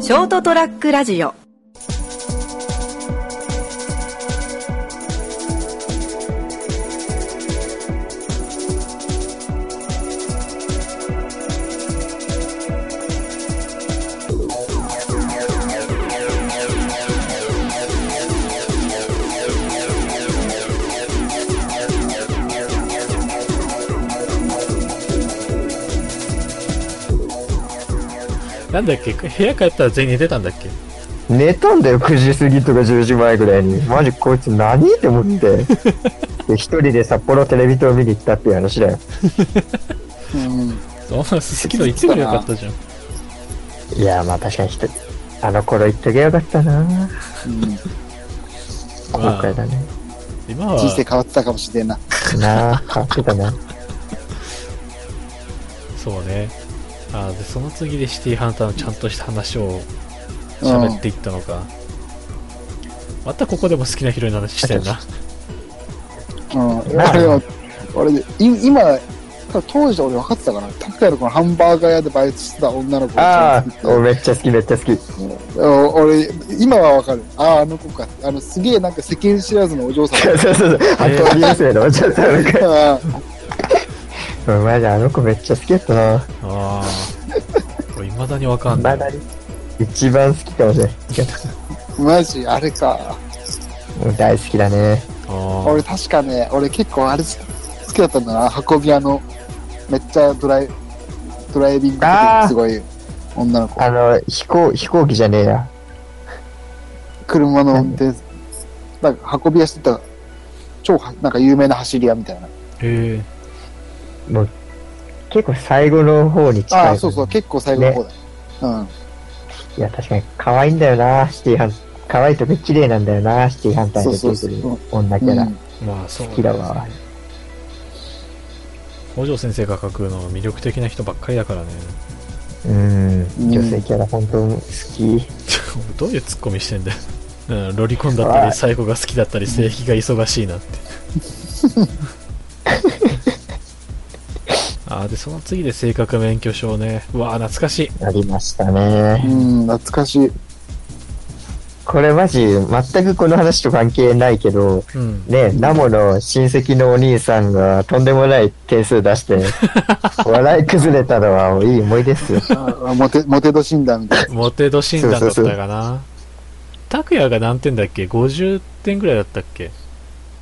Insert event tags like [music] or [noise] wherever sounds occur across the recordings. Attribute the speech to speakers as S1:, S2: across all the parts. S1: ショートトラックラジオ
S2: なんだっけ部屋帰ったら全員寝てたんだっけ
S3: 寝たんだよ、9時過ぎとか10時前ぐらいに。マジこいつ何って思って。
S4: [laughs]
S3: で一人で札幌テレビ塔見に行ったっていう話だよ。
S4: うん
S2: そうすすきの行ってくれよかったじゃん。
S3: いやー、まあ確かに一人、あの頃行っときゃよかったな後
S2: まあ
S3: 悔だね。
S2: 今は
S4: 人生変わってたかもしれんな。
S3: なあ、変わってた
S4: [laughs]
S3: な。
S2: そうねあーでその次でシティーハンターのちゃんとした話を喋っていったのか、またここでも好きなヒロインの話して
S3: [laughs]
S2: んな
S4: うん、俺は、俺で、い今、当時俺分かってたから、タクヤのこのハンバーガー屋でバイトしてた女の子
S3: ああ、
S4: 俺
S3: 俺めっちゃ好き、めっちゃ好き。
S4: 俺、今は分かる。ああ、あの子か。あの、すげえなんか世間知らずのお嬢さん。 [laughs]
S3: そうそうそう。あとは生のおちゃったのか。
S4: あ
S3: うんマジあの子めっちゃ好きやったな。
S2: ああいまだにわかんな
S3: ま
S2: い
S3: だに。一番好きかもしれない。
S4: あマジ、あれか。
S3: うん大好きだね。
S2: あー
S4: 俺、確かね、俺結構あれ好きだったんだな。運び屋の、めっちゃドライ、ドライビングとかすごい女の子。
S3: あの、飛行、飛行機じゃねえや。
S4: 車の運転、なんか運び屋してた、超は、なんか有名な走り屋みたいな。
S2: へえ
S3: 結構最後の方に近い。
S4: ああ、そうそう、結構最後の方だ。うん。
S3: いや、確かに可愛いんだよな、シティハン。可愛いとか綺麗なんだよな、シティハンターに出てくる
S4: そう
S3: 女キャラ。
S2: まあそうね
S3: 好きだわ。
S2: 北条先生が書くのは魅力的な人ばっかりだからね
S3: うん。
S4: うん
S3: 女性キャラ本当好き。
S2: [laughs] どういうツッコミしてんだよ、うん、ロリコンだったり最後が好きだったり性癖が忙しいなってあーでその次で性格免許証ねうわー懐かしい
S3: ありました
S4: う
S3: ね。
S4: ん、懐かしい。
S3: [laughs] これマジ、全くこの話と関係ないけど、
S2: うん
S3: ね、ナモの親戚のお兄さんがとんでもない点数
S2: [laughs]
S3: 出して、笑い崩れたのは、いい思い出っすよ。
S4: あモテ、モテ度診断みたい
S2: モテ度診断だったかな拓也が何点だっけ50点ぐらいだったっけ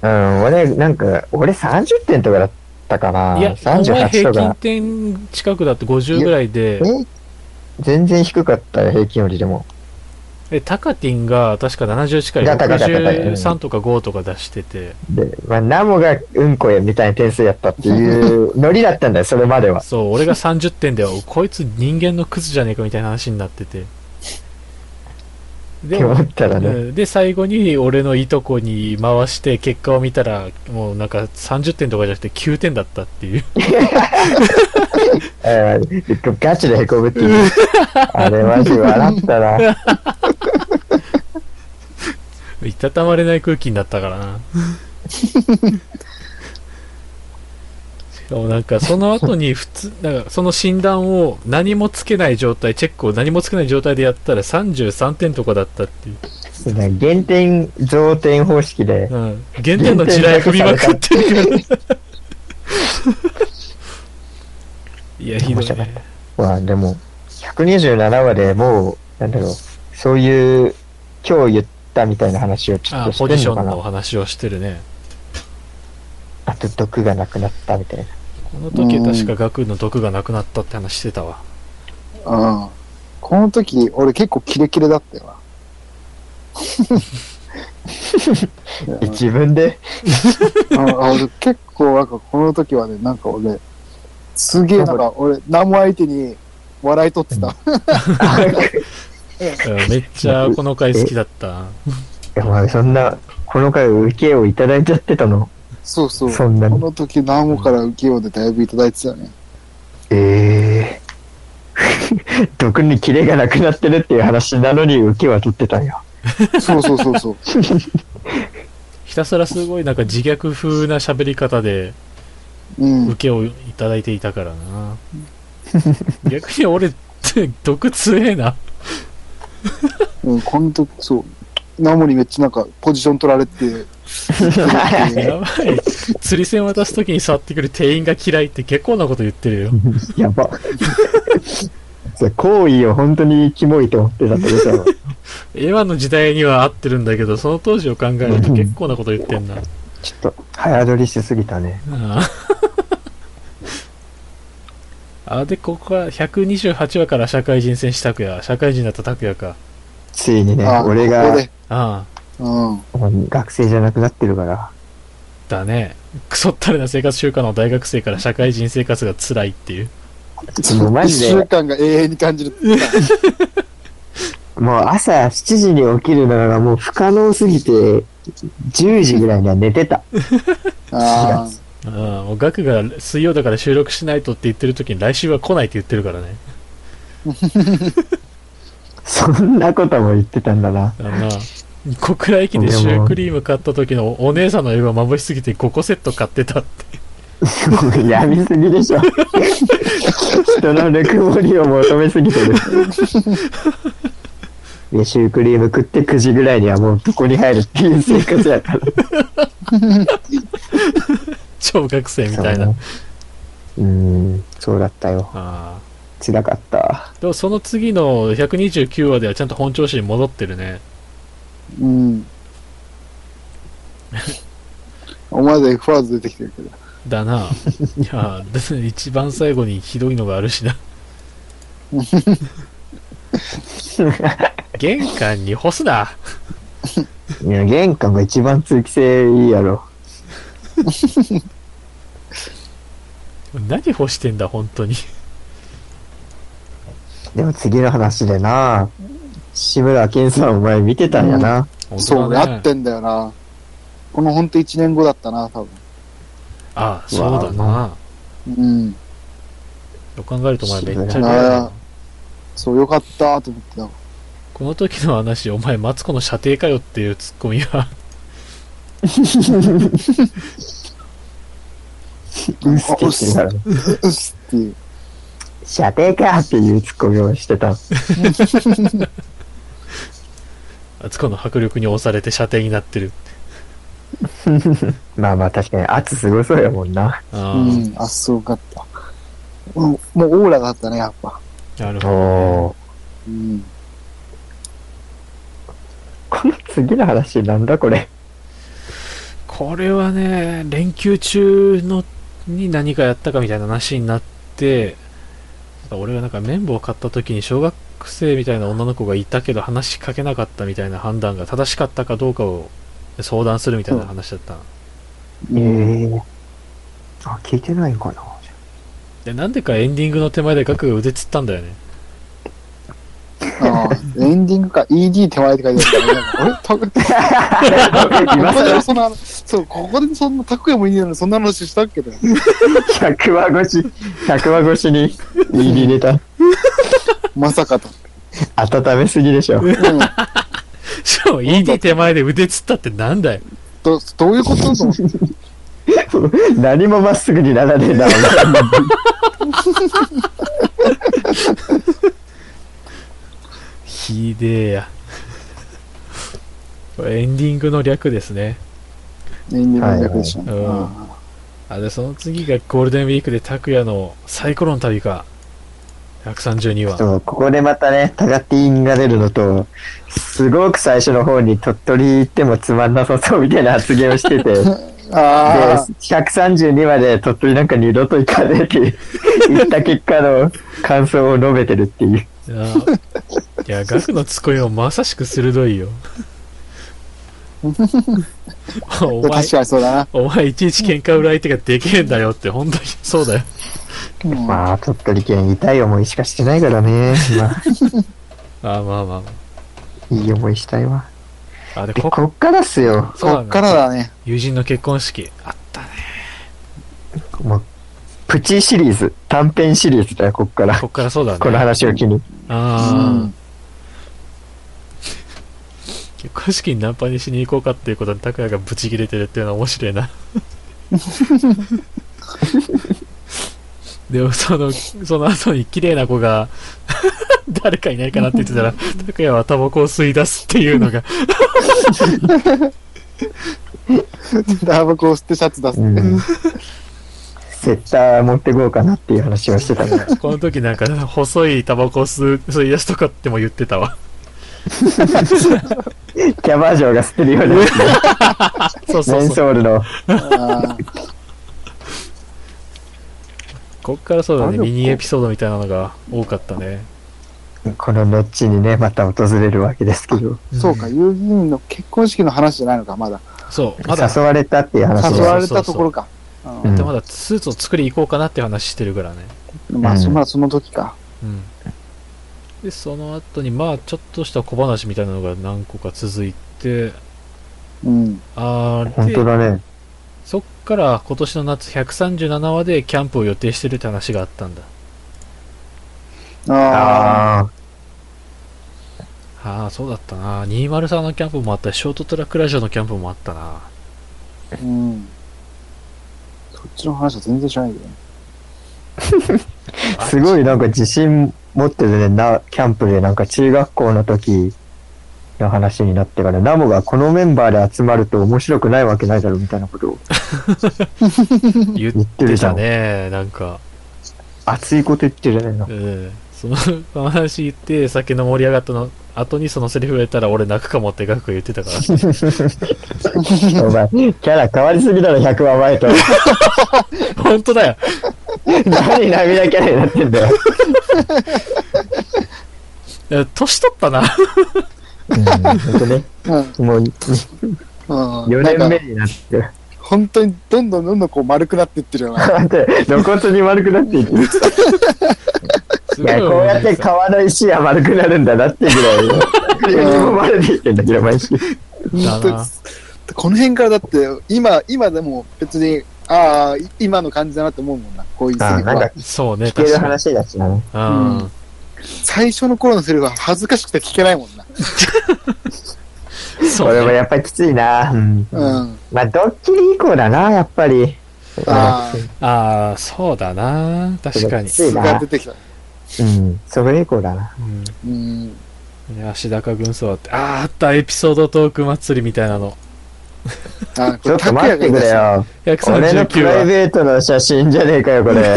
S3: うん、俺、なんか、俺30点とかだったかな。
S2: いやお前
S3: 38
S2: 平
S3: と
S2: 均
S3: か。
S2: 点近くだって50ぐらいで
S3: え全然低かったよ、平均よりでも。
S2: でタカティンが確か70近い
S3: 高い高い高い
S2: 63とか5とか出してて
S3: で、まあ、ナモがうんこやみたいな点数やったっていうノリだったんだよ、それま
S2: [laughs]
S3: では。
S2: そう俺が30点でこいつ人間のクズじゃねえかみたいな話になってて
S3: っ
S2: で
S3: て思ったらね。
S2: うんで最後に俺のいとこに回して結果を見たらもうなんか30点とかじゃなくて9点だったっていう [laughs]
S3: えーガチでへこむって
S2: [laughs]
S3: いう。あれマジ笑ったな。
S2: いたたまれない空気になったから
S3: [laughs]
S2: な。しかもなんかその後に普通、なんかその診断を何もつけない状態、チェックを何もつけない状態でやったら33点とかだったっていう。
S3: 減点、増点方式で。
S2: うん。原点の地雷踏みまくってるから。いや、ひど
S3: [laughs] 面
S2: い
S3: 白かっ
S2: ね。
S3: た。まあでも、127話でもう、なんだろう、そういう、今日言ったみたいな話をちょっ
S2: あ
S3: と
S2: あ、ポ
S3: し
S2: ジ
S3: てん
S2: ショ
S3: のか
S2: ンのお
S3: な。
S2: 話をしてるね。
S3: あと毒がなくなったみたいな。
S2: この時確か学の毒がなくなったって話してたわ。
S4: な。うん。この時、俺結構キレキレだったよな。うん
S3: 自分で、
S4: あ俺結構なんかこの時はね、なんか俺、すげえなんか俺、何も相手に笑い取ってた。
S2: うんめっちゃこの回好きだった。
S3: いやお前そんな、この回受けをいただいちゃってたの。
S4: そうそう。
S3: そんなに
S4: この時何もから受けようでだいぶいただいてたよね。
S3: ええ毒にキレがなくなってるっていう話なのに受けは取ってたんよ。
S4: そうそうそうそう。
S2: ひたすらすごいなんか自虐風な喋り方で
S4: うん
S2: 受。けをいただいていた [laughs] からな。逆に俺、毒強えな。
S4: うん、この時、そう。ナモにめっちゃなんかポジション取られて、
S2: やばい。釣り線渡すときに触ってくる店員が嫌いって結構なこと言ってるよ。
S3: [laughs] やば。それ行為を本当にキモいと思ってたってことだろ
S2: 今の時代には合ってるんだけど、その当時を考えると結構なこと言ってんな。
S3: ちょっと早撮りしすぎたね。
S2: あああ、で、ここは128話から社会人戦士拓也。社会人だった拓也か。
S3: ついにね、
S4: あ、
S3: 俺
S4: ここ
S3: が
S4: で、
S2: ああ、
S4: うん。
S3: 学生じゃなくなってるから。
S2: だね。クソったれな生活習慣の大学生から社会人生活が辛いっていう。
S3: ちょっとマ
S4: 一
S3: ジで
S4: 週間が永遠に感じる。
S3: もう朝7時に起きるのがもう不可能すぎて、10時ぐらいには寝てた。
S4: ああ。
S2: ああ、もうガクが水曜だから収録しないとって言ってる時に来週は来ないって言ってるからね。
S3: そんなことも言ってたんだな。
S2: あのな小倉駅でシュークリーム買った時のお姉さんの絵が眩しすぎて5個セット買ってたって。
S3: もう [laughs] やみすぎで
S2: [laughs]
S3: しょ。人のぬくもりを求めすぎてる。で、シュークリーム食って9時ぐらいにはもう床に入るっていう生活やから。
S2: 小学生みたいな。
S3: そうねうん、そうだったよ。
S2: ああ
S3: 辛かった。
S2: でもその次の129話ではちゃんと本調子に戻ってるね。
S4: うん。お前でファーズ出てきてるけど。
S2: だな。いや、一番最後にひどいのがあるしな。玄関に干すな。
S3: いや、玄関が一番通気性いいやろ。
S2: 何干してんだ、本当に。
S3: でも次の話でな、志村けんさんお前見てたんやな。
S4: そうね、
S2: 本当だ
S4: 合っ
S2: ね。
S4: てんだよな。このほんと1年後だったな、多分。
S2: ああ、そうだな。
S4: うん。
S2: よく考えるとお前めっちゃ
S3: う
S2: レ
S3: ん
S2: アだな
S4: そう、よかったーと思ってた。
S2: この時の話、お前、マツコの射程かよっていうツッコミは、
S3: うっすって言ってるからね。
S4: うっすっていう。
S3: 射程かっていうツッコミをしてた。
S2: マツコの迫力に押されて射程になってる。
S3: まあまあ確かに圧すごそうやもんな。
S2: あ
S4: う
S2: ー
S4: ん、あ、すごかった。うんもうオーラがあったね、やっぱ。
S2: なるほど、ね。
S3: お。
S4: うん。
S3: この次の話なんだこれ。
S2: これはね、連休中のに何かやったかみたいな話になって、俺がなんか綿棒を買った時に小学生みたいな女の子がいたけど話しかけなかったみたいな判断が正しかったかどうかを相談するみたいな話だったの、
S3: ええあ、聞いてないんかな。
S2: で、なんでかエンディングの手前でガクが腕つったんだよね。
S4: ああ、エンディングか、ED 手前って書いてあったから、ね、
S3: [laughs]
S4: あれた
S3: [laughs] 今
S4: ここで
S3: 更
S4: そんな、そう、ここでそんな、たくやもいいのに、そんな話したっけだよ。
S3: 100話越し、100話越しに言い入れた。
S4: まさかと。
S3: 温めすぎでしょ。
S4: うん。
S2: しかも ED 手前で腕つったってなんだよ。
S4: ど、どういうことと思って。
S3: 何もまっすぐにならねえだろうな。
S2: ひでえや。 [laughs] これエンディングの略ですね。
S4: エンディングの役でしょ。
S2: はいはいうん
S4: あ
S2: あ、で、その次がゴールデンウィークで拓也のサイコロの旅か。132話。
S3: [laughs] そう、ここでまたね、タガティーンが出るのと、すごく最初の方に鳥取行ってもつまんなさそうみたいな発言をして [laughs] て、で、
S4: あああ、
S3: 132まで鳥取なんか二度と行かねえって言った結果の感想を述べてるっていう。
S2: あいや、ガクのツッコミもまさしく鋭いよ。お前
S4: 確、かにそうだな。
S2: お前いちいち喧嘩売る相手ができねえんだよって、本当にそうだよ。
S4: うん
S3: まあ、鳥取県痛い思いしかしてないからね。まあ、
S2: あ、まあまあま
S3: いい思いしたいわ。
S2: あ。あ、で、
S3: で、
S2: こ、
S3: こっからっすよ。
S2: そう
S4: こ
S2: な
S4: っ
S2: ん
S4: か
S2: だ
S4: らだね。
S2: 友人の結婚式。あったね。
S3: もう、プチシリーズ、短編シリーズだよ、こっから。
S2: こっからそうだね。
S3: この話を機に。
S2: ああ、
S4: うん
S2: 結婚式にナンパにしに行こうかっていうことで拓哉がブチ切 [laughs] れてるっていうのは面白いなで、その、その後に綺麗な子が、 [laughs] 誰かいないかなって言ってたら、拓也はタバコを吸い出すっていうのが、
S4: タバコを吸ってシャツ出す
S3: う
S4: って。
S3: ん。セッター持ってこうかなっていう話はしてたね。
S2: この時なんか、細いタバコを吸う吸い出すとかっても言ってたわ。
S3: キャバ嬢が捨てるようなやつね
S2: そうそ
S3: メ
S2: う
S3: ン
S2: そう。
S3: ソールの。
S4: あー
S2: こっからそうだね、ミニエピソードみたいなのが多かったね。
S3: このノッチにね、また訪れるわけですけど、
S4: そうか、遊戯員の結婚式の話じゃないのか、まだ。
S2: そう。まだ、
S3: 誘われたっていう話
S4: 誘
S3: で
S4: われたところか。うん
S3: うん
S2: でまだスーツを作りに行こうかなって話してるからね。
S4: まあ、そ
S3: うん
S4: まあその時か。
S2: うん。で、その後に、まあ、ちょっとした小話みたいなのが何個か続いて、
S4: うん。
S2: あー
S3: 本
S2: で
S3: 当だね。
S2: そっから今年の夏137話でキャンプを予定してるって話があったんだ。
S4: ああ。
S3: あ
S2: ああ、そうだったな。203のキャンプもあったし、ショートトラックラジオのキャンプもあった
S3: [laughs]
S2: な。
S4: うん。そっちの話は全然知らないけどね。
S3: あ、すごいなんか自信持ってるね、な、キャンプでなんか中学校の時の話になってから、ナモがこのメンバーで集まると面白くないわけないだろみたいなことを
S2: 言っ
S3: 言って
S2: て
S3: るじゃ
S2: た
S3: ん。
S2: ね。なんか、
S3: 熱いこと言ってるね。 [laughs] なんか
S2: うん。その [laughs] 話言って、酒の盛り上がったの後にそのセリフを言ったら俺泣くかもってガクが言ってたから。
S3: [laughs] お前、キャラ変わりすぎだろ、100話前と。
S2: 本当だよ。
S3: 何涙キャラになってんだよ。
S2: え年取ったな。
S3: うん、ほんとね。
S4: うん。
S3: もう
S4: うん、
S3: 4
S4: な
S3: 年
S4: ん
S3: 目
S4: か
S3: になってる。
S4: 本当にどんどんどんどんこう丸くなっていってる
S3: [laughs]
S4: よな。
S3: 待って、露骨に丸くなっていってる。
S2: す
S3: いや、こうやって川の石は丸くなるんだなってぐらいよ。自 [laughs] 分も丸でいってんだけど、毎週。
S2: だな
S4: この辺からだって、今、今でも別に、ああ、い今の感じだなって思うもんな。こういうセリ
S3: あ
S4: フ
S3: なん
S4: は
S3: か。
S2: そうね、
S3: 聞ける
S2: 確かに。
S3: 話だしな。う
S2: うん。
S4: うん最初の頃のセリフは恥ずかしくて聞けないもんな。
S2: そう
S3: これも
S2: ね。
S3: やっぱりきついな。うん。
S4: うん。
S3: まあ、ドッキリ以降だな、やっぱり。
S4: ああ、
S2: ああ、そうだな。確かに。
S3: すごい
S4: 素が出てきた。
S3: うん。それ以降だな。
S2: うん
S4: うん。
S2: ね足高軍曹って、ああ、あった、エピソードトーク祭りみたいなの。
S4: あ
S3: ちょっと待ってくれ。よ。俺のプ
S2: 139
S3: ライ
S2: 話。
S3: ベートの写真じゃねえかよ、こ
S2: [laughs]
S3: れ。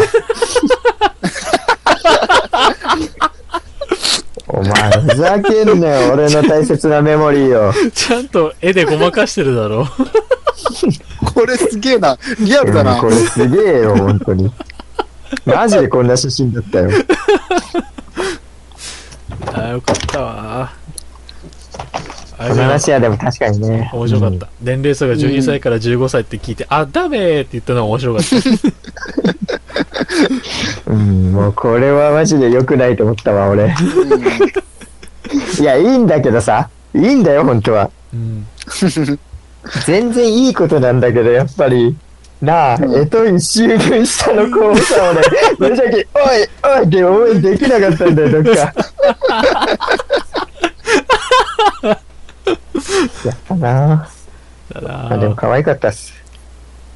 S3: お前、ふざけんなよ、俺の大切なメモリーを。
S2: ちゃんと絵でごまかしてるだろ。
S4: これすげえな。リアルだ
S3: うん
S4: な
S3: こ。れすげえよ、本当に。マジでこんな写真だったよ。
S2: [laughs] ああ、よかったわ。あ
S3: この
S2: れ
S3: 話はでも確かにね。
S2: 面白かっ
S3: うん
S2: た。年齢層が12歳から15歳って聞いて、あ、ダメーって言ったのが面白かった。
S3: うん、もうこれはマジで良くないと思ったわ、俺。 [laughs] いや、いいんだけどさ。いいんだよ、本当は。
S2: うん。
S3: 全然いいことなんだけど、やっぱり。なあ、
S4: ん
S3: えと一周分下の子をさ、俺、無邪気に、おい、おいって応援できなかったんだよ、どっか。やったな
S2: だ
S3: ああでも
S2: な
S3: 可愛かったっす。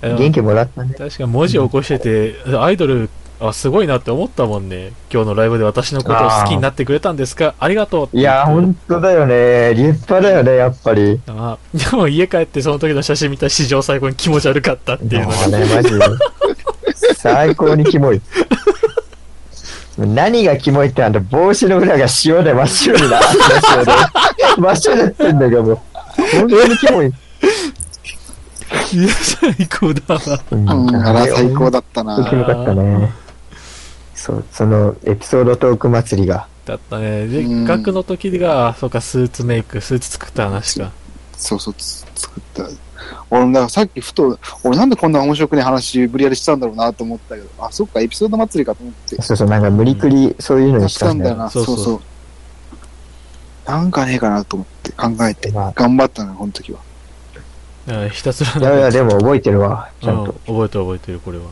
S2: あの
S3: 元気もらったね。
S2: 確かに文字を起こしてて、アイドル、あ、すごいなって思ったもんね。今日のライブで私のことを好きになってくれたんですかありがとうって
S3: いや、本当だよね。立派だよね、やっぱり。
S2: あでも家帰ってその時の写真見たら史上最高に気持ち悪かったっていうの
S3: も
S2: が
S3: うね、マジで。最高にキモい。何がキモいってあの帽子の裏が塩で真っ白になってるで真っ白になってんだけどもう本当にキモい、
S2: いや最高だわ
S3: うん
S4: うん、だから最高だった
S3: 本当に
S4: な
S3: キ。モかったねそうそのエピソードトーク祭りが
S2: だったねで
S4: うん
S2: 学の時がそうかスーツメイクスーツ作った話か
S4: そうそう、つ作った。俺もだからさっきふと、俺なんでこんな面白くない話ぶりやりしたんだろうなと思ったけど、あ、そっか、エピソード祭りかと思って。
S3: そうそうなんか無理くりそういうのにし
S4: した
S3: た
S4: ん
S3: ん
S4: だ
S3: だ
S4: よ
S3: よ
S4: な。
S2: そ
S4: そうう
S2: そ
S4: そううなんかねえかなと思って考えて、
S3: まあ
S4: 頑張ったのよこの時は。
S2: うんひたすら
S3: いやいやでも覚えてるわちゃん
S2: うん
S3: と
S2: 覚えてる覚えてるこれは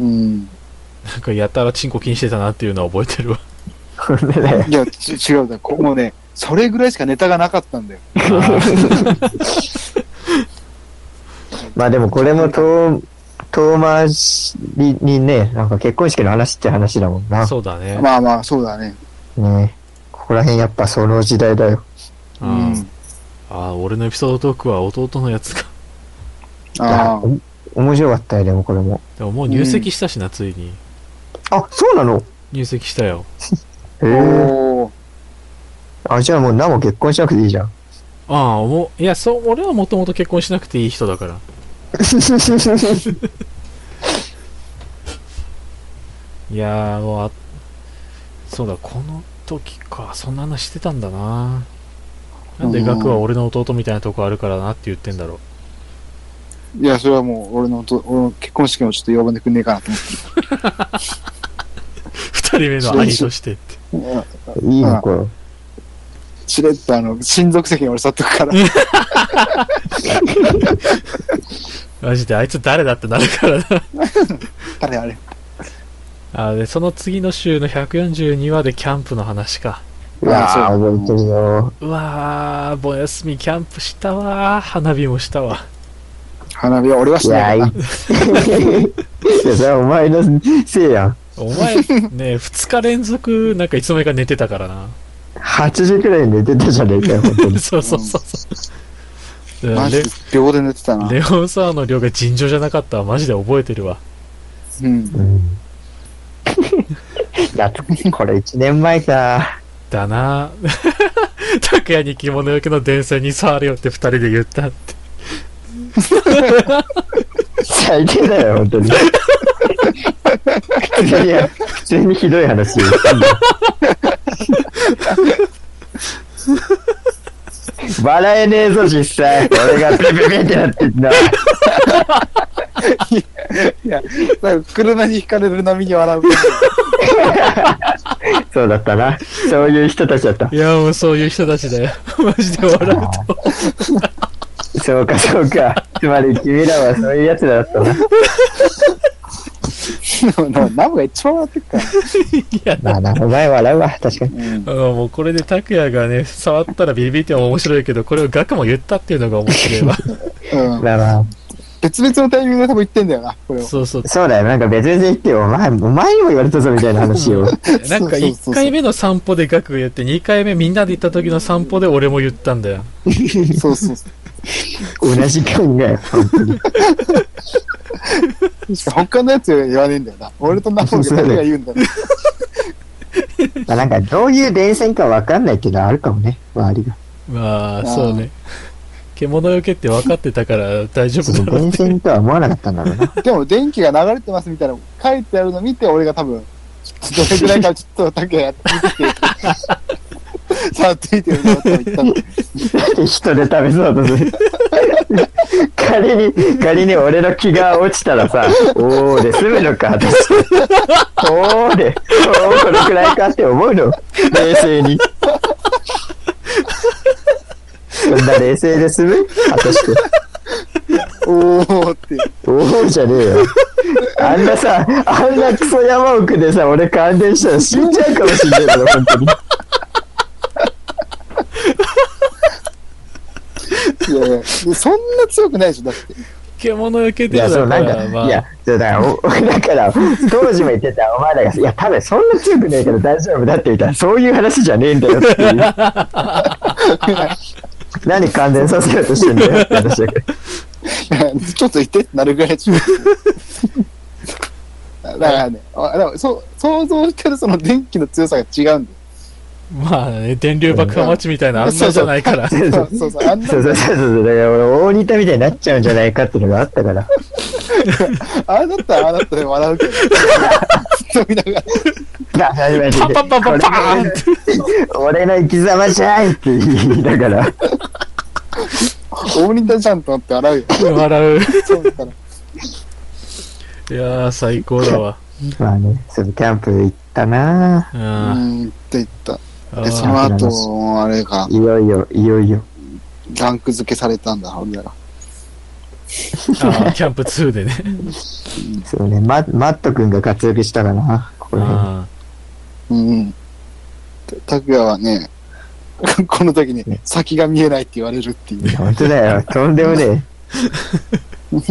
S4: うん。
S2: なんかやたらチンコ気にしてたなっていうのは覚えてるわ
S3: [laughs] ね
S4: いや、ち違うんだよ。こもうね、それぐらいしかネタがなかったんだよ。
S2: あー
S3: [laughs] まあでもこれもと遠回しにね、なんか結婚式の話って話だもんな。
S2: そうだね。
S4: まあまあ、そうだね。
S3: ねここら辺やっぱその時代だよ。
S2: う
S4: うんん。
S2: あー俺のエピソードトークは弟のやつか。
S4: ああ
S3: お。も面白かったよ、でもこれも。
S2: でももう入籍したしな、ついに。
S3: あ、そうなの
S2: 入籍したよ。
S3: へえ。
S4: おー
S3: あ、じゃあもう何も結婚しなくていいじゃん。
S4: [laughs]
S2: ああ、もう、いや、そう、俺はもともと結婚しなくていい人だから。いやー、もうあ、そうだ、この時か、そんな話してたんだな。なんで
S4: うん
S2: ガクは俺の弟みたいなとこあるからなって言ってんだろう。
S4: いや、それはもう、俺のと、俺の結婚式もちょっと呼んでくんねえかなと思
S2: 二人目の兄としてって。
S4: って。
S3: いいのこれ。
S4: しれっとあの、親族席に俺座っとくから。
S2: マジで、あいつ誰だってなるからな。
S4: あれあれ。
S2: あーで、その次の週の142話でキャンプの話か。
S3: うわ
S4: あ
S3: あ、
S4: そう
S3: 覚えてるよ。
S2: うわー、盆休みキャンプしたわー。花火もしたわ。
S4: 花火は俺はいし
S3: や、
S4: ない
S3: い。い
S4: か
S3: や、
S4: ら [laughs]
S3: それはお前のせいやん。
S2: お前、ね、二日連続、なんかいつの間にか寝てたからな。。
S3: 8時くらいに寝てたじゃねえかよ、本当に
S2: そうそうそうそう。
S4: な。
S2: で
S4: マジで秒で寝てたな。
S2: レレオンサワーの量が尋常じゃなかったわ。マジで覚えてるわ。
S4: う
S3: う
S4: ん。
S3: ん。だって、これ1年前か。
S2: だな [laughs] 拓也に着物よけの電線に触るよって二人で言ったって。
S3: 最低だよ、本当に。普通に、普通にひどい話。笑えねえぞ、実際。俺がピピピってなってんだ。
S4: いや、なんか車に引かれる波に笑う。
S3: そうだったな。そういう人たちだった
S2: い。や、もうそういう人たちだよ。 [laughs] マジで笑うと。
S3: そうか、そうか。つまり君らはそういうやつらだったな。
S4: なナムが一番笑ってるから。
S2: いや、
S3: まあな、お前笑うわ、確かに。
S4: うん。
S2: あのもうこれで拓也がね、触ったらビリビリっても面白いけど、これをガクも言ったっていうのが面白い [laughs] わ。
S4: うん、
S3: まあまあ、
S4: 別々のタイミングで多分言ってんだよな、これを。
S2: [laughs] そうそう。
S3: そうだよ、なんか別々に言ってよ、お前、お前にも言われたぞみたいな
S2: [laughs]
S3: 話を。
S2: なんか1回目の散歩でガクが言って、2回目みんなで行った時の散歩で俺も言ったんだよ。
S4: そうそうそ
S3: 同じ考
S2: [laughs]
S3: え、本当に。
S4: う。しかも他のやつは言わねえんだよな。俺とナムが誰が言うんだよ。
S3: まあなんか、どういう連戦かわかんないっていうのはあるかもね、周りが。
S2: まあ、
S4: ー
S2: そうね。獣よけって分かってたから大丈夫
S3: そ
S2: だ
S3: の
S2: ろう
S3: 連
S2: って。
S3: 戦とは思わなかったんだろうな。
S4: でも電気が流れてますみたいなの書いてあるの見て、俺が多分、どれぐらいかちょっとだけやってて、さあ、ついてるぞって言ったの。
S3: 人で食べそうとする。仮に、仮に俺の気が落ちたらさ、おーで済むのか、私。おーで、おーこのくらいかって思うの。冷静に。そんな冷静で済む果たして。
S4: おーって。
S3: おおじゃね
S2: [laughs]
S3: えよ。あんなさ、あんなクソ山奥でさ、俺感電したら死んじゃうかもしんないだろ、本当に。
S4: いやいやでそんな強くないでしょ、だって。
S2: 獣よけ
S3: い
S2: で
S3: や、
S2: だ
S3: そう、
S2: か
S3: なん
S2: ら、ま
S3: か、
S2: あ、
S3: いや、そうだから、お [laughs] だから、当時も言ってた、お前らが、いや、多分そんな強くないから大丈夫だって言ったら、そういう話じゃねえんだよっていう。
S2: [laughs]
S3: 何感電させようとしてんだよって話だから。
S4: ちょっといてってなるぐらいちょっと。だからね、あだからそう想像してるその電気の強さが違うんだよ。
S2: まあね、電流爆破待ちみたいなあんなじゃないから。
S3: そうそう。
S4: そうそう、あんな
S3: そうそうそうそう。だから俺、大似たみたいになっちゃうんじゃないかっていうのがあったから。
S4: ああだったらああだったで笑う [laughs] けど。ずっと見ながら。
S3: パ
S2: パンパンパンパンパーンっ
S3: [laughs] 俺の生き様じゃんって言いながら。
S4: 大仁田じゃんと思って笑うよ。
S2: て笑う。
S4: そうだから。
S2: いやー、最高だわ。
S3: まあね、そのキャンプ行ったな
S2: う。
S4: うんーんって言った。
S2: あ
S4: で、そ
S2: ー
S4: の後、あれか、
S3: いよいよ、いよいよ。
S4: ランク付けされたんだ、俺らが。
S2: あーキャンプ2でね。
S3: そうね、ママット君が活躍したかなここら辺。
S2: あ
S4: うんうん。たくやはね、 [laughs] この時に先が見えないって言われるっていう。
S3: 本当だよ、とんでもねえ。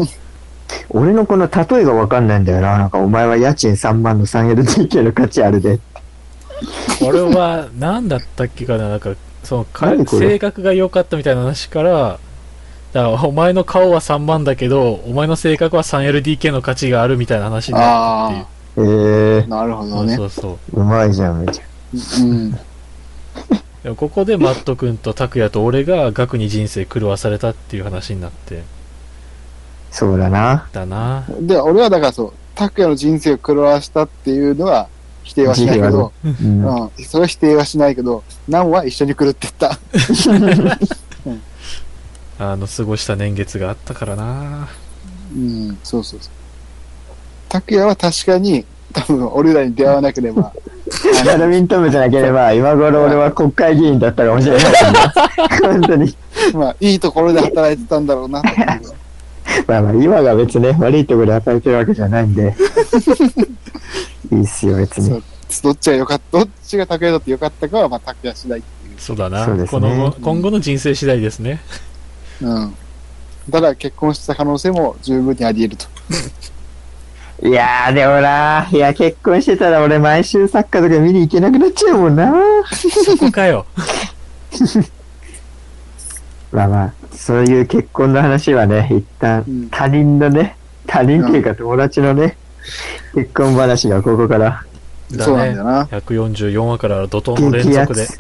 S3: 俺のこの例えがわかんないんだよな。なんかお前は家賃3万の 3LDK の価値あるで。
S2: これは何だったっけかななんかそのか
S3: 何これ
S2: 性格が良かったみたいな話からだからお前の顔は3万だけどお前の性格は 3LDK の価値があるみたいな話になったっていう
S3: えー、
S4: なるほ
S2: そ
S4: ど
S2: う
S4: ね
S2: そ。うそう
S3: うまいじゃん、めちゃ
S4: うん。
S2: でもここでマット君と拓也と俺が額に人生狂わされたっていう話になって
S3: そうだな。
S2: だな
S4: で、俺はだからそう、拓也の人生を狂わしたっていうのは否定はしないけど、
S3: うん。
S4: うん、それは否定はしないけど、ナムは一緒に狂ってった。
S2: あの過ごした年月があったからな
S4: うん、そうそうそう。拓也は確かに、多分俺らに出会わなけれ [laughs] ば、
S3: バドミントン部じゃなければ、今頃俺は国会議員だったかもしれないけど。本当に。
S4: まあ、いいところで働いてたんだろうなっていう。
S3: まあまあ、今が別にね、悪いところで働いてるわけじゃないん
S4: [laughs]
S3: で。いいっすよ、別に。
S4: どっちがよかった、どっちが拓也だってよかったかは、まあ、拓也次第ってい
S2: そうだな
S3: そうですね
S2: この後今後の人生次第ですね
S4: う。うん。ただ、結婚した可能性も十分にあり得ると。
S3: いやー、でもなー、いや、結婚してたら俺毎週サッカーとか見に行けなくなっちゃうもんな
S2: そこかよ
S3: まあまあ、そういう結婚の話はね、一旦
S4: うん
S3: 他人のね、他人っていうか友達のね、結婚話がここから
S2: だね
S4: そうなんだよな。
S2: 144話から怒涛の連
S3: 激ア
S2: 続で
S3: ツ。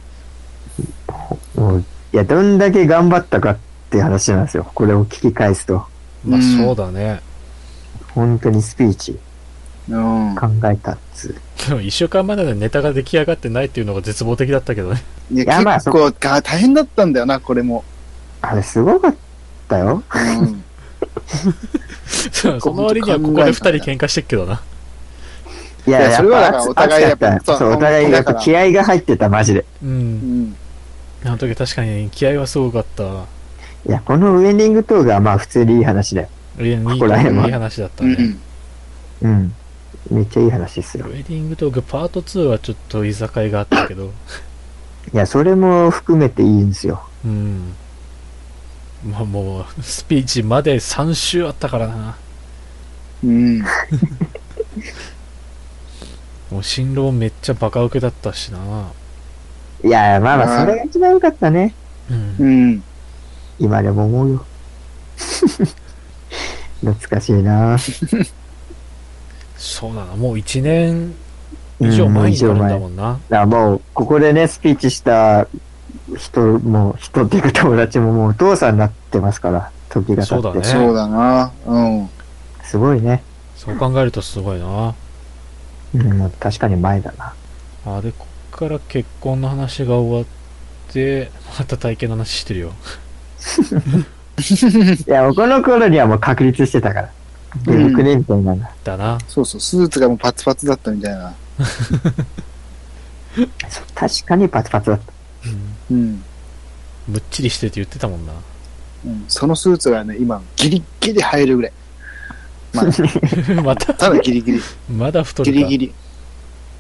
S3: もういや、どんだけ頑張ったかっていう話なんですよ。これを聞き返すと。
S2: まあ
S4: うん
S2: そうだね
S3: 本当にスピーチ
S4: うん。
S3: 考えたっつう。
S2: でも1週間まででネタが出来上がってないっていうのが絶望的だったけどね
S4: いや、
S3: いやまあ
S4: 結構が大変だったんだよな、これも。
S3: あれすごかったよ。
S4: うん。
S2: そうその割にはここで2人喧嘩してっけどない
S4: い
S3: や、
S4: や
S3: や
S4: そ
S3: っ
S4: れは
S3: ぱ
S4: だから
S3: 熱
S4: お互い
S3: 熱かっ
S4: や
S3: た。
S4: っぱ
S3: そう、お互いやっぱ気合が入ってた、マジで。
S2: う
S4: うんん。
S2: あの時確かに気合はすごかった
S3: いや、このウェディングトークはまあ普通にいい話だよ。
S2: いやいい
S3: ここら辺はい
S2: い話だった
S4: う
S2: ね、
S4: ん。
S3: うん。めっちゃいい話ですよ
S2: ウ。ェディングトークパート2はちょっと居酒屋があったけど、
S3: いや、それも含めていいんですよ。
S2: うん。まあもう、スピーチまで3週あったからな。
S4: うん。
S2: もう新郎めっちゃバカ受けだったしな。
S3: いや、まあまあ、
S4: うん
S3: それが一番良かったね。
S2: うん。
S4: うん。
S3: 今でも思うよ。 [laughs] 懐かしいな
S2: そうだな。もう1年以上前になるんだもんな。
S3: だからもう、ここでね、スピーチした人も、人っていうか友達ももうお父さんになってますから、時が経
S2: そうだ
S3: って。
S2: ね
S4: そうだな。うん。
S3: すごいね。
S2: そう考えるとすごいな。
S3: うん、確かに前だな。
S2: あ、で、こっから結婚の話が終わって、また体験の話してるよ。
S3: いや、もうこの頃にはもう確立してたから。で、
S4: うん
S3: 僕ね、みたいなの。
S2: だな。
S4: そうそう、スーツがもうパツパツだったみたいな。
S3: そう確かにパツパツだった。
S2: うん。
S4: うん。
S2: むっちりしてて言ってたもんな。 [laughs]
S4: うん、そのスーツがね、今、ギリッギリ入るぐらい。まあ、
S2: また、
S4: ただギリギリ、
S2: まだ太る
S4: ギ
S2: か。
S4: リギリ。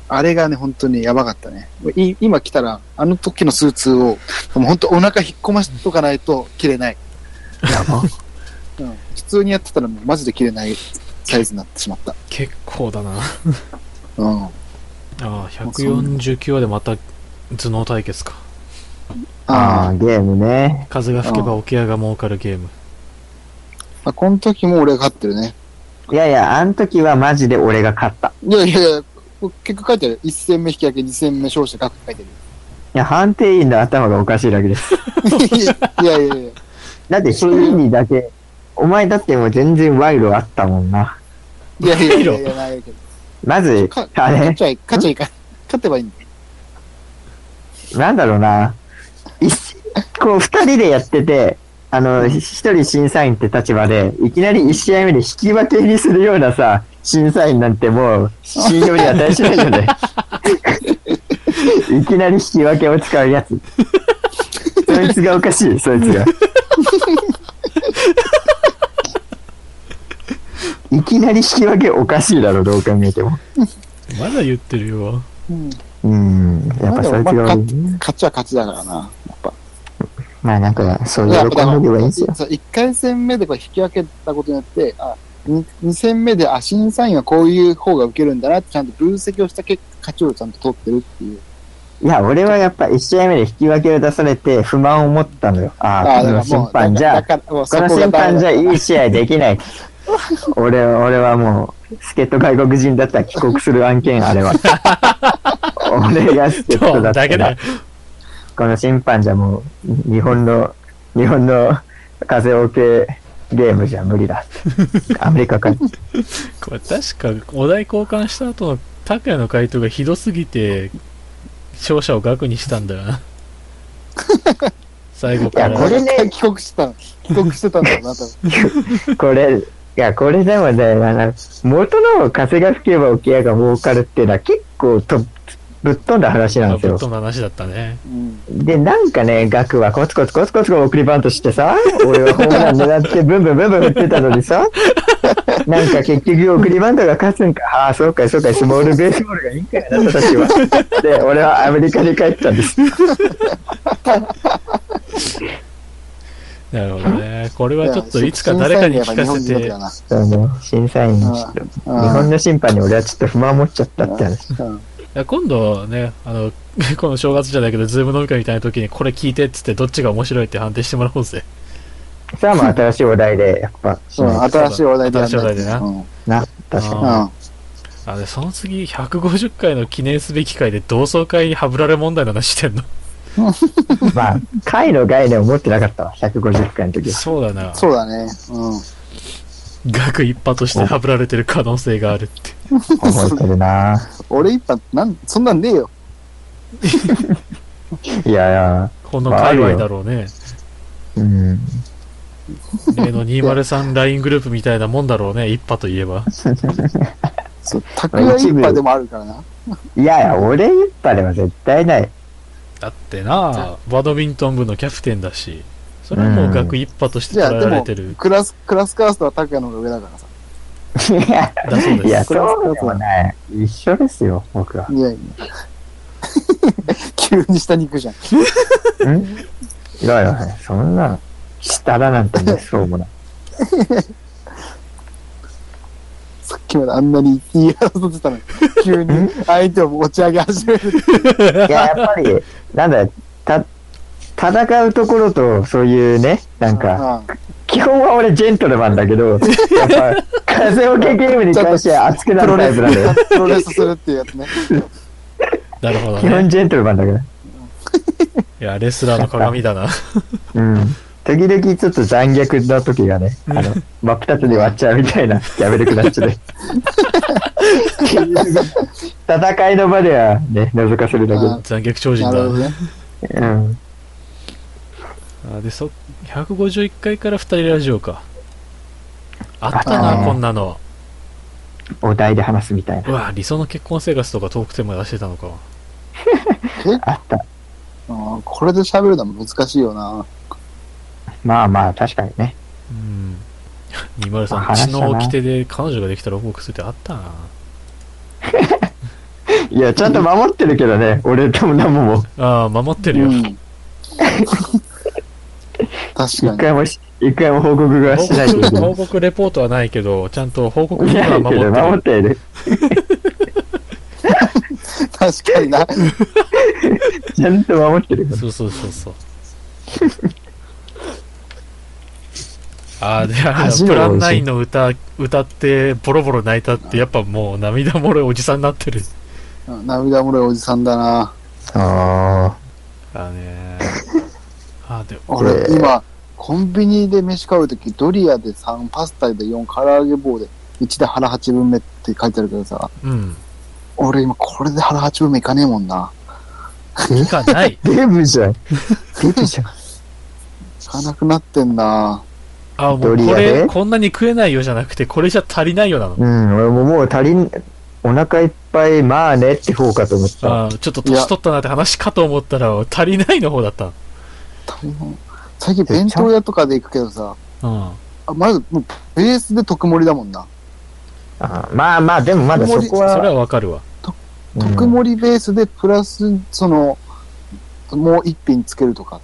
S4: あれがね、本当にやばかったね。い今来たら、あの時のスーツを、もう本当お腹引っ込ましとかないと着れない。
S3: やば。
S4: うん、普通にやってたらもうマジで着れないサイズになってしまった。
S2: 結構だな。
S4: うん。
S2: ああ、149話でまた頭脳対決か。
S3: ああ
S4: ああ
S3: ー、ゲームね。
S2: 風が吹けば桶屋が儲かるゲーム。
S4: あ、この時も俺が勝ってるね。
S3: いやいや、あの時はマジで俺が勝った。
S4: いやいやいや、結構書いてある。1戦目引き分け、2戦目勝者書いて
S3: いや、判定員の頭がおかしいだけです。
S4: ある。いやいやいや、
S3: だって、一人にだけ、お前だってもう全然賄賂あったもんな。
S4: いやいやいやいや、ないけど。
S3: まず
S4: か、
S3: あ
S4: 勝
S3: れ
S4: っ、ちゃい、勝っちゃいかん。勝てばいいんだよ。
S3: なんだろうな。一こう、二人でやってて、あの、一人審査員って立場で、いきなり一試合目で引き分けにするようなさ、審査員なんてもう、信用に値しないよね。いきなり引き分けを使うやつ。そいつがおかしい、そいつが。いきなり引き分けおかしいだろ、どう考えても。
S2: まだ言ってるよ。
S4: うん
S3: うん、やっぱそいつが悪いね。
S4: 勝ちは勝ちだからな。
S3: まあなんか、そう喜んでればいいんですよ。
S4: 1回戦目でこれ引き分けたことによって、あ、 2戦目で、あ、審査員はこういう方が受けるんだなって、ちゃんと分析をした結果、勝ちをちゃんと取ってるっていう。
S3: いや、俺はやっぱ1試合目で引き分けを出されて不満を持ったのよ。ああ、この審判じゃ、
S4: だからもうそ
S3: この
S4: こが
S3: 審
S4: ダメ
S3: 判
S4: だ
S3: じゃいい試合できない。俺は、俺はもう、助っ人外国人だったら帰国する案件、あれは。俺が助っ
S2: ど
S3: 人
S2: ん
S3: だ
S2: [laughs]
S3: っ
S2: だ
S3: た
S2: けだよ
S3: ら、この審判じゃもう、日本の、日本の風を受けゲームじゃ無
S2: [laughs]
S3: 理だ。アメリカか。
S2: これ確かお題交換した後の拓也の回答がひどすぎて勝者を額にしたんだよ
S3: [laughs]
S2: な最後から
S3: いやこれね
S4: 帰国したの帰国してたんだろうな、多分。
S3: [laughs] これ、いや、これでもね、あの、元の風が吹けば沖合が儲かるっていうのは結構とぶっ飛んだ話なんです
S2: ぶっ
S3: よ
S2: 飛。んだ話だったね
S4: うん。
S3: で、なんかね、ガクはコツコツコツコツ送りバントしてさ、俺はホームラン狙ってブンブンブンブン振ってたのに
S2: [laughs]
S3: さ、なんか結局送りバントが勝つんか、ああ、そうかいそうかい、スモールベースボールがいいんかいな、私は。で、俺はアメリカに帰ったんです。
S2: なるほどねこれはちょっといつか誰かに聞かせて
S3: そうね、審査員の人、日本の審判に俺はちょっと不満を持っちゃったって話。
S4: うん
S2: いや今度ね、あの、 [laughs] この正月じゃないけど、ズーム飲み会みたいな時にこれ聞いてっつって、どっちが面白いって判定してもらおうぜ。
S3: さあ、まあ、新しいお題で、やっぱ、
S4: そう、新しいお題でやんな
S2: 新
S4: いと
S2: しいお題でな
S4: うんうん
S3: な、確かに。
S2: ああで、その次、150回の記念すべき回で同窓会にハブられ問題の話してんの。
S3: まあ、回の概念を持ってなかったわ、150回の時は。
S2: そうだな。
S4: そうだね。うん。
S2: 額一派としてハブられてる可能性があるって。
S3: 覚えてるな
S4: 俺一般、なん、そんなんねえよ。
S3: いやいや、
S2: この界隈だろうね。
S3: うん。
S2: 例の 203LINE グループみたいなもんだろうね、一派といえば。
S4: そう、拓也一派でもあるからな。
S3: いやいや、俺一派では絶対ない。
S2: だってな、バドミントン部のキャプテンだし、それはもう額一派として
S4: じゃ
S2: 捉え
S4: あ、
S2: られて
S4: で
S2: る
S4: も、。クラス、クラスカーストは拓也の方が上だからさ。
S3: [laughs] いや、
S2: だそうです
S3: いやそうでもない。一緒ですよ、僕は。ん
S4: いやいや。 [laughs] 急に下に行くじゃん。
S3: いやいや、そんな、下だなんてね、そうもない。
S4: さっきまであんなに言い争ってたのに、急に相手を持ち上げ始める。
S3: いや、やっぱり、なんだよ、た、戦うところと、そういうね、なんか、基本は俺ジェントルマンだけど、やっぱ、風を受けゲームに関しては熱く
S4: うん
S3: な
S4: プロ
S3: るタ
S4: レ
S3: イプなん
S4: ス [laughs]
S3: だよ。、
S4: プロレスするっていうや
S3: [laughs]
S4: つね。
S2: なるほど
S3: 基
S2: ね
S3: 本。ジェントルマンだけど。
S2: いや、レスラーの鏡だな。
S3: うん。時々ちょっと残虐な時がね、あの、真っ二つに割っちゃうみたいな、やめるくなっ [laughs] ちゃう。戦いの場ではね、覗かせるだけ
S2: 残虐超人
S4: なるほど
S2: だ。
S4: ね。
S3: で。うん。
S2: あで、そ、151回から2人ラジオか。あった
S4: あ
S2: な、
S4: ー
S2: こんなの。
S3: お題で話すみたいうな。
S2: わ、理想の結婚生活とかトークテーマ出してたのか。
S3: あった。
S4: うんこれで喋るのも難しいよな。
S3: まあまあ、確かにね。
S2: うん。203
S3: あ
S2: さん、
S3: 話したな
S2: の掟で彼女ができたら報告するってあったな。
S3: いや、ちゃんと守ってるけどね、俺ともナモも。
S2: ああ、守ってるよ
S4: う。ん確
S3: 一
S4: かに。
S3: 回もし、一回も報告が
S2: 報
S3: しないといけ
S2: 告
S3: な
S2: 報
S3: い。
S2: 告レポートはないけど、ちゃんと報告
S3: い
S2: とか
S3: や
S2: は
S3: け
S2: 守
S3: ど
S2: って
S3: 守っ
S2: る。
S3: ている。
S4: 確かにな。
S3: ちゃんと守ってる。
S2: そうそうそう
S3: [laughs]
S2: そう。ああ、で、あれだ
S3: 恥を
S2: プランナインの歌、歌って、ボロボロ泣いたって、やっぱもう涙もろいおじさんになってる。
S4: うん涙もろいおじさんだな。
S3: あ
S2: あねあで
S4: 俺、
S3: えー
S4: 今、コンビニで飯買うとき、ドリアで3、パスタで4、唐揚げ棒で1で腹8分目って書いてあるけどさ、
S2: うん
S4: 俺今これで腹8分目いかねえもんな。
S2: 以下ない
S3: あ。デブじゃん。デブじゃん。
S4: いかなくなってんな。
S2: あも
S3: ド
S2: う
S3: リ
S2: こ
S3: アで
S2: れこんなに食えないよじゃなくてこれじゃ足りないよなの
S3: うん、俺ももう足りん、お腹いっぱい、まあねって方かと思った。
S2: あーちょっと年取ったなって話かと思ったら足りないの方だった
S4: 足りない最近弁当屋とかで行くけどさ、
S2: の
S4: あまずもうベースで特盛りだもんな。
S3: あーまあまあ、でもまだそこ
S2: うん
S3: は。
S2: それはわかるわ
S3: うん
S4: 特盛りベースでプラス、その、もう一品つけるとか。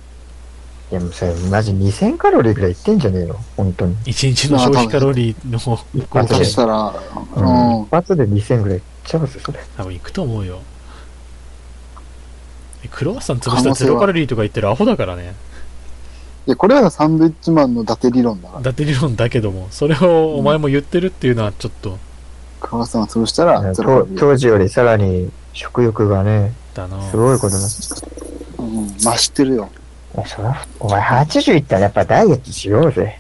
S3: いや、もうそれ、マジ2000カロリーぐらいいってんじゃねえの本当に。
S2: 一日の消費カロリーの方
S3: あ
S4: だ
S2: 合
S4: と
S2: 計
S4: したら、
S3: う
S4: うん
S3: ん。一発で2000ぐらいいっちゃうぜ、それ。
S2: 多分いくと思うよえクロワッサン潰したらゼロカロリーとか言ってるアホだからね
S4: いや、これはサンドイッチマンの伊達理論だから。
S2: 伊達理論だけどもそれをお前も言ってるっていうのはちょっと
S4: クワさんを潰したら、ゼロ
S3: 当当時よりさらに食欲がね、
S2: だな
S3: すごいことになって
S4: うん、増してるよ。
S3: いやそらお前80いったらやっぱダイエットしようぜ。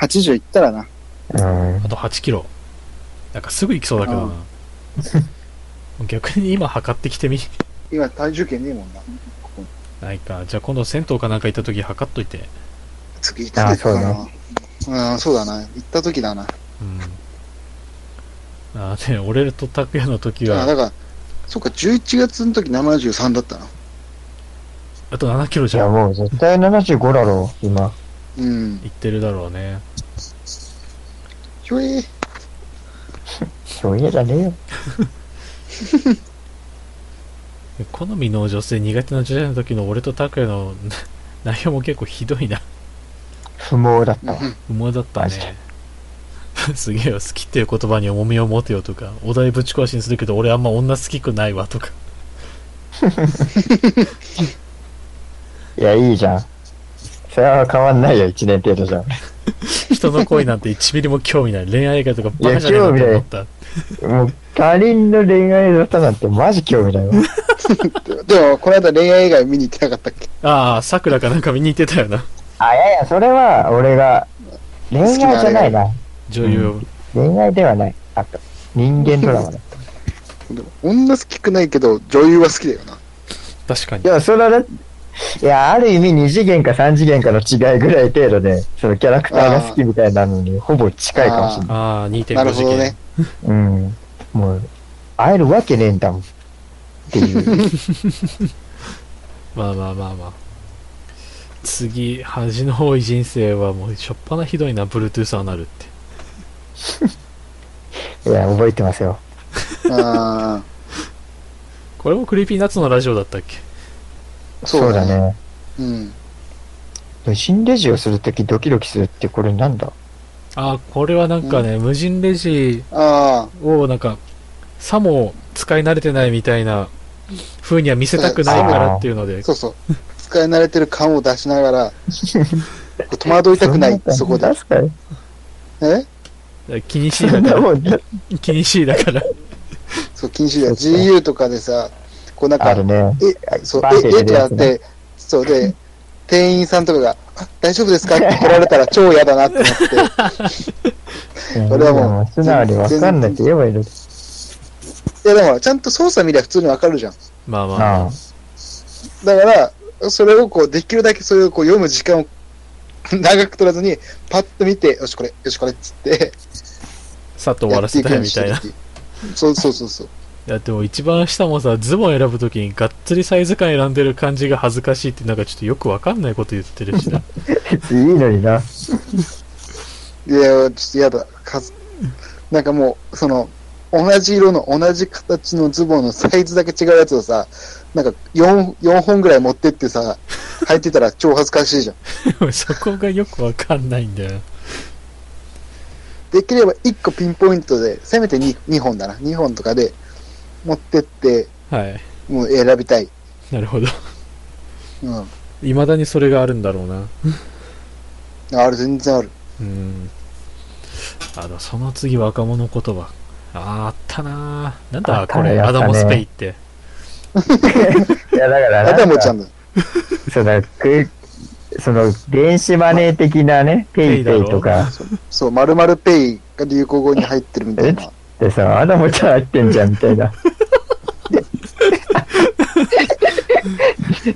S4: 80いったらな。
S3: うん
S2: あ。と8キロなんかすぐ行きそうだけどな逆に今測ってきてみ
S4: 今、体重計ねえもんな。ここ
S2: ないかじゃあ今度銭湯かなんか行った時測っといて
S4: 次行った時か
S3: あ
S4: な。うん、そうだな。行った時だな。
S2: うんあーね俺と拓也の時
S4: あ、
S2: は
S4: だから、そっか、11月の時73だったな。
S2: あと7キロ
S3: い
S2: じゃ
S3: や
S2: ん
S3: もう絶対75だろう、今。
S4: うん。
S2: 行ってるだろうね
S4: ひょえー
S3: そういやじゃねえよ。
S2: 好みの女性苦手な女性の時の俺と拓也の [laughs] 内容も結構ひどいな
S3: 不毛だったわ。
S2: 不毛だった
S3: マジ
S2: ね [laughs] すげえよ好きっていう言葉に重みを持てよとかお題ぶち壊しにするけど俺あんま女好きくないわとか
S3: いや、いいじゃん。それは変わんないよ、1年程度じゃん。
S2: 人の恋なんて1ミリも興味ない恋愛映画とかバカじゃねえなと思った
S3: もう、他人の恋愛だったなんてマジ興味 [laughs] ないわ。
S4: ででも、この間恋愛以外見に行ってなかったっけ
S2: ああさくらかなんか見に行ってたよな
S3: あ、いやいや、それは俺が、恋愛じゃないな。
S2: 女優を、
S3: 恋愛ではない。あと、人間ドラマだ。い
S4: でも女好きくないけど、女優は好きだよな。
S2: 確かに
S3: や、それはだ、いや、ある意味2次元か3次元かの違いぐらい程度で、そのキャラクターが好きみたいなのに、ほぼ近いかもしれない。
S2: ああ2.5次元
S4: なるほどね。
S3: うん。もう、会えるわけねえんだもん。って [laughs] いう。
S2: まあまあまあまあ次恥の多い人生はもうしょっぱなひどいな Bluetooth アナルって
S3: いや、覚えてますよ。
S4: あ
S2: これもクリーピーナッツのラジオだったっけ
S4: あ、
S3: そうだ。ね。
S4: うん。
S3: 無心レジをするときドキドキするってこれなんだ
S2: ああこれはなんかね、無人レジ
S4: あ
S2: をなんかさも使い慣れてないみたいな風には見せたくないからっていうの
S4: あ、
S2: で
S4: そうそう。使い慣れてる感を出しながら、戸惑いたくない、 [laughs] そこで。
S3: 確か [laughs] に。
S4: え
S2: 気にしいだ
S3: そん
S2: か
S3: な
S2: ら [laughs]
S3: もんだ。
S2: 気にしいだから
S4: そう、禁止だよ。
S3: そうか
S4: GU とかでさ、こうなん
S3: あ
S4: か
S3: る、ね。
S4: え、そう
S3: バー、
S4: え、
S3: で
S4: え
S3: 入れ
S4: と
S3: る
S4: か
S3: や
S4: っ
S3: つね
S4: て、そうで、店員さんとかが、あ、大丈夫ですかって来られたら超嫌だなってな
S2: [laughs]
S4: って、
S3: そ
S4: れはもう
S3: 素直にわかんないって言えばいいのに。
S4: いやでも、ちゃんと操作見りゃ普通にわかるじゃん。
S2: まあまあ、ま
S3: あ
S2: あ
S3: あ、
S4: だから、それをこう、できるだけそれをこう読む時間を長く取らずに、パッと見て、よしこれ、よしこれっつって、
S2: さっと終わらせたいみたい
S4: や
S2: な
S4: っていくようにしてるっていうそうそうそうそう。
S2: いやでも一番下もさズボン選ぶときにがっつりサイズ感選んでる感じが恥ずかしいってなんかちょっとよくわかんないこと言ってるしな
S3: 別にいいのにな。
S4: いや、ちょっと嫌だ。かずなんかもう、その、同じ色の同じ形のズボンのサイズだけ違うやつをさ、なんか 4, 4本ぐらい持ってっ
S3: [laughs]
S4: てさ、履いてたら超恥ずかしいじゃ
S2: [laughs]
S4: ん。
S2: そこがよくわかんないんだよ
S4: できれば1個ピンポイントで、せめて 2, 2本だな。2本とかで持ってって、
S2: はい
S4: もう選びたい。
S2: なるほど
S4: うん。
S2: いまだにそれがあるんだろうな
S4: ある、全然ある。
S2: うんあのその次若者言葉あーあったなーなんだ
S3: あった
S2: こ
S3: ね
S2: れ、
S3: やっ
S2: ア
S3: たね
S2: ダモスペイって
S3: いや、だからなん
S4: ア
S3: か、
S4: ダモちゃんだ。
S3: その、くその、電子マネー的なね、ペイペイとか、
S4: そう、まるペイが流行語に入ってるみたいな。
S3: でさ、アダモちゃん入ってんじゃんみたい [laughs] な。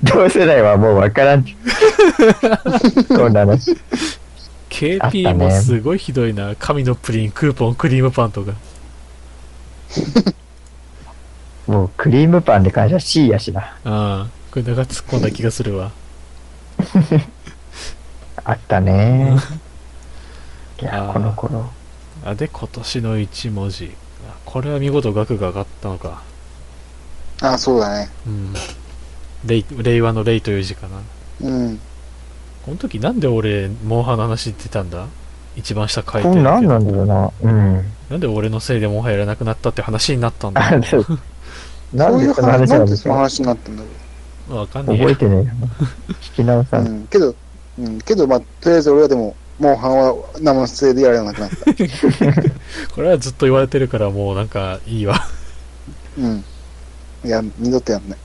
S3: 同世代はもうわからん。こんなの。あった
S2: KP
S3: ね
S2: もすごいひどいな、神のプリンクーポンクリームパンとか
S3: もうクリームパンで感謝 C やしな。
S2: ああこれなんか突っ込んだ気がするわ
S3: あったね。い
S2: あ
S3: や
S2: ー、
S3: この頃。
S2: あで今年の1文字あこれは見事額が上がったのか
S4: あ、そうだね。
S2: うん。令令和の令という字かな。
S4: うん。
S2: この時なんで俺、モンハンの話出たんだ一番下書いて
S3: こ
S2: る
S3: れ
S2: けど。
S3: 何なんだろうな。うん。
S2: なんで俺のせいでもはやらなくなったって話になったんだ
S3: [laughs] あ、ちょっと。なん
S4: うい
S3: で
S4: う
S3: その
S4: 話、
S3: 話
S4: な
S3: なんん
S4: で
S3: で
S4: そ
S3: す
S4: の
S3: か
S4: 話になったんだろ
S2: わかんねえ
S3: 覚え
S2: や。
S3: てねえよ。聞き直さ
S4: う。
S3: ない。
S4: うん、けど、うん、けど、まあ、とりあえず俺はでも、モンハンは生の姿勢でやらなくなった。
S2: これはずっと言われてるからもうなんかいいわ。
S4: うん。いや、二度とやんない。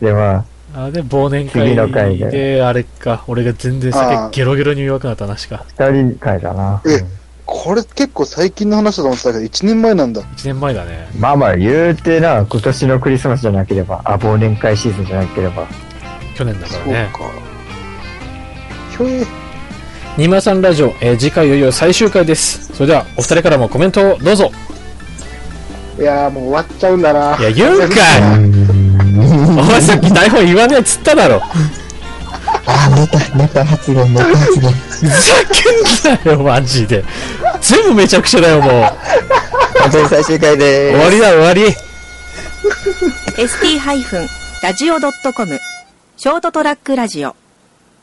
S3: で、 [laughs] まあ、
S2: あで、忘年
S3: 次の回
S2: 会
S3: で
S2: で、あれか、俺が全然
S4: ああ
S2: 酒ゲロゲロに弱くなった話か。
S3: 二人会だな。
S4: え
S3: うん
S4: これ結構最近の話だと思ってたけど、1年前なんだ。
S2: 1年前だね。
S3: まあまあ、言うてな、今年のクリスマスじゃなければ、あ、忘年会シーズンじゃなければ。
S2: 去年だか
S4: そう
S2: ら
S4: か
S2: ね。。
S4: ひょえ、
S2: ニマさんラジオ、えー次回いよいよ最終回です。それでは、お二人からもコメントをどうぞ。
S4: いやーもう終わっちゃうんだな。
S2: いや、言うん
S3: う
S2: かい
S3: [laughs] ん。
S2: お前さっき台本言わねえっつっただろ。
S3: あ、また、また発言、また発言。
S2: ふざけんなよ、マジで。全部めちゃくちゃだよ、もう。
S3: 本当に最終回で
S2: 終わりだ、終わり。
S1: ST-radio.com ショートトラックラジオ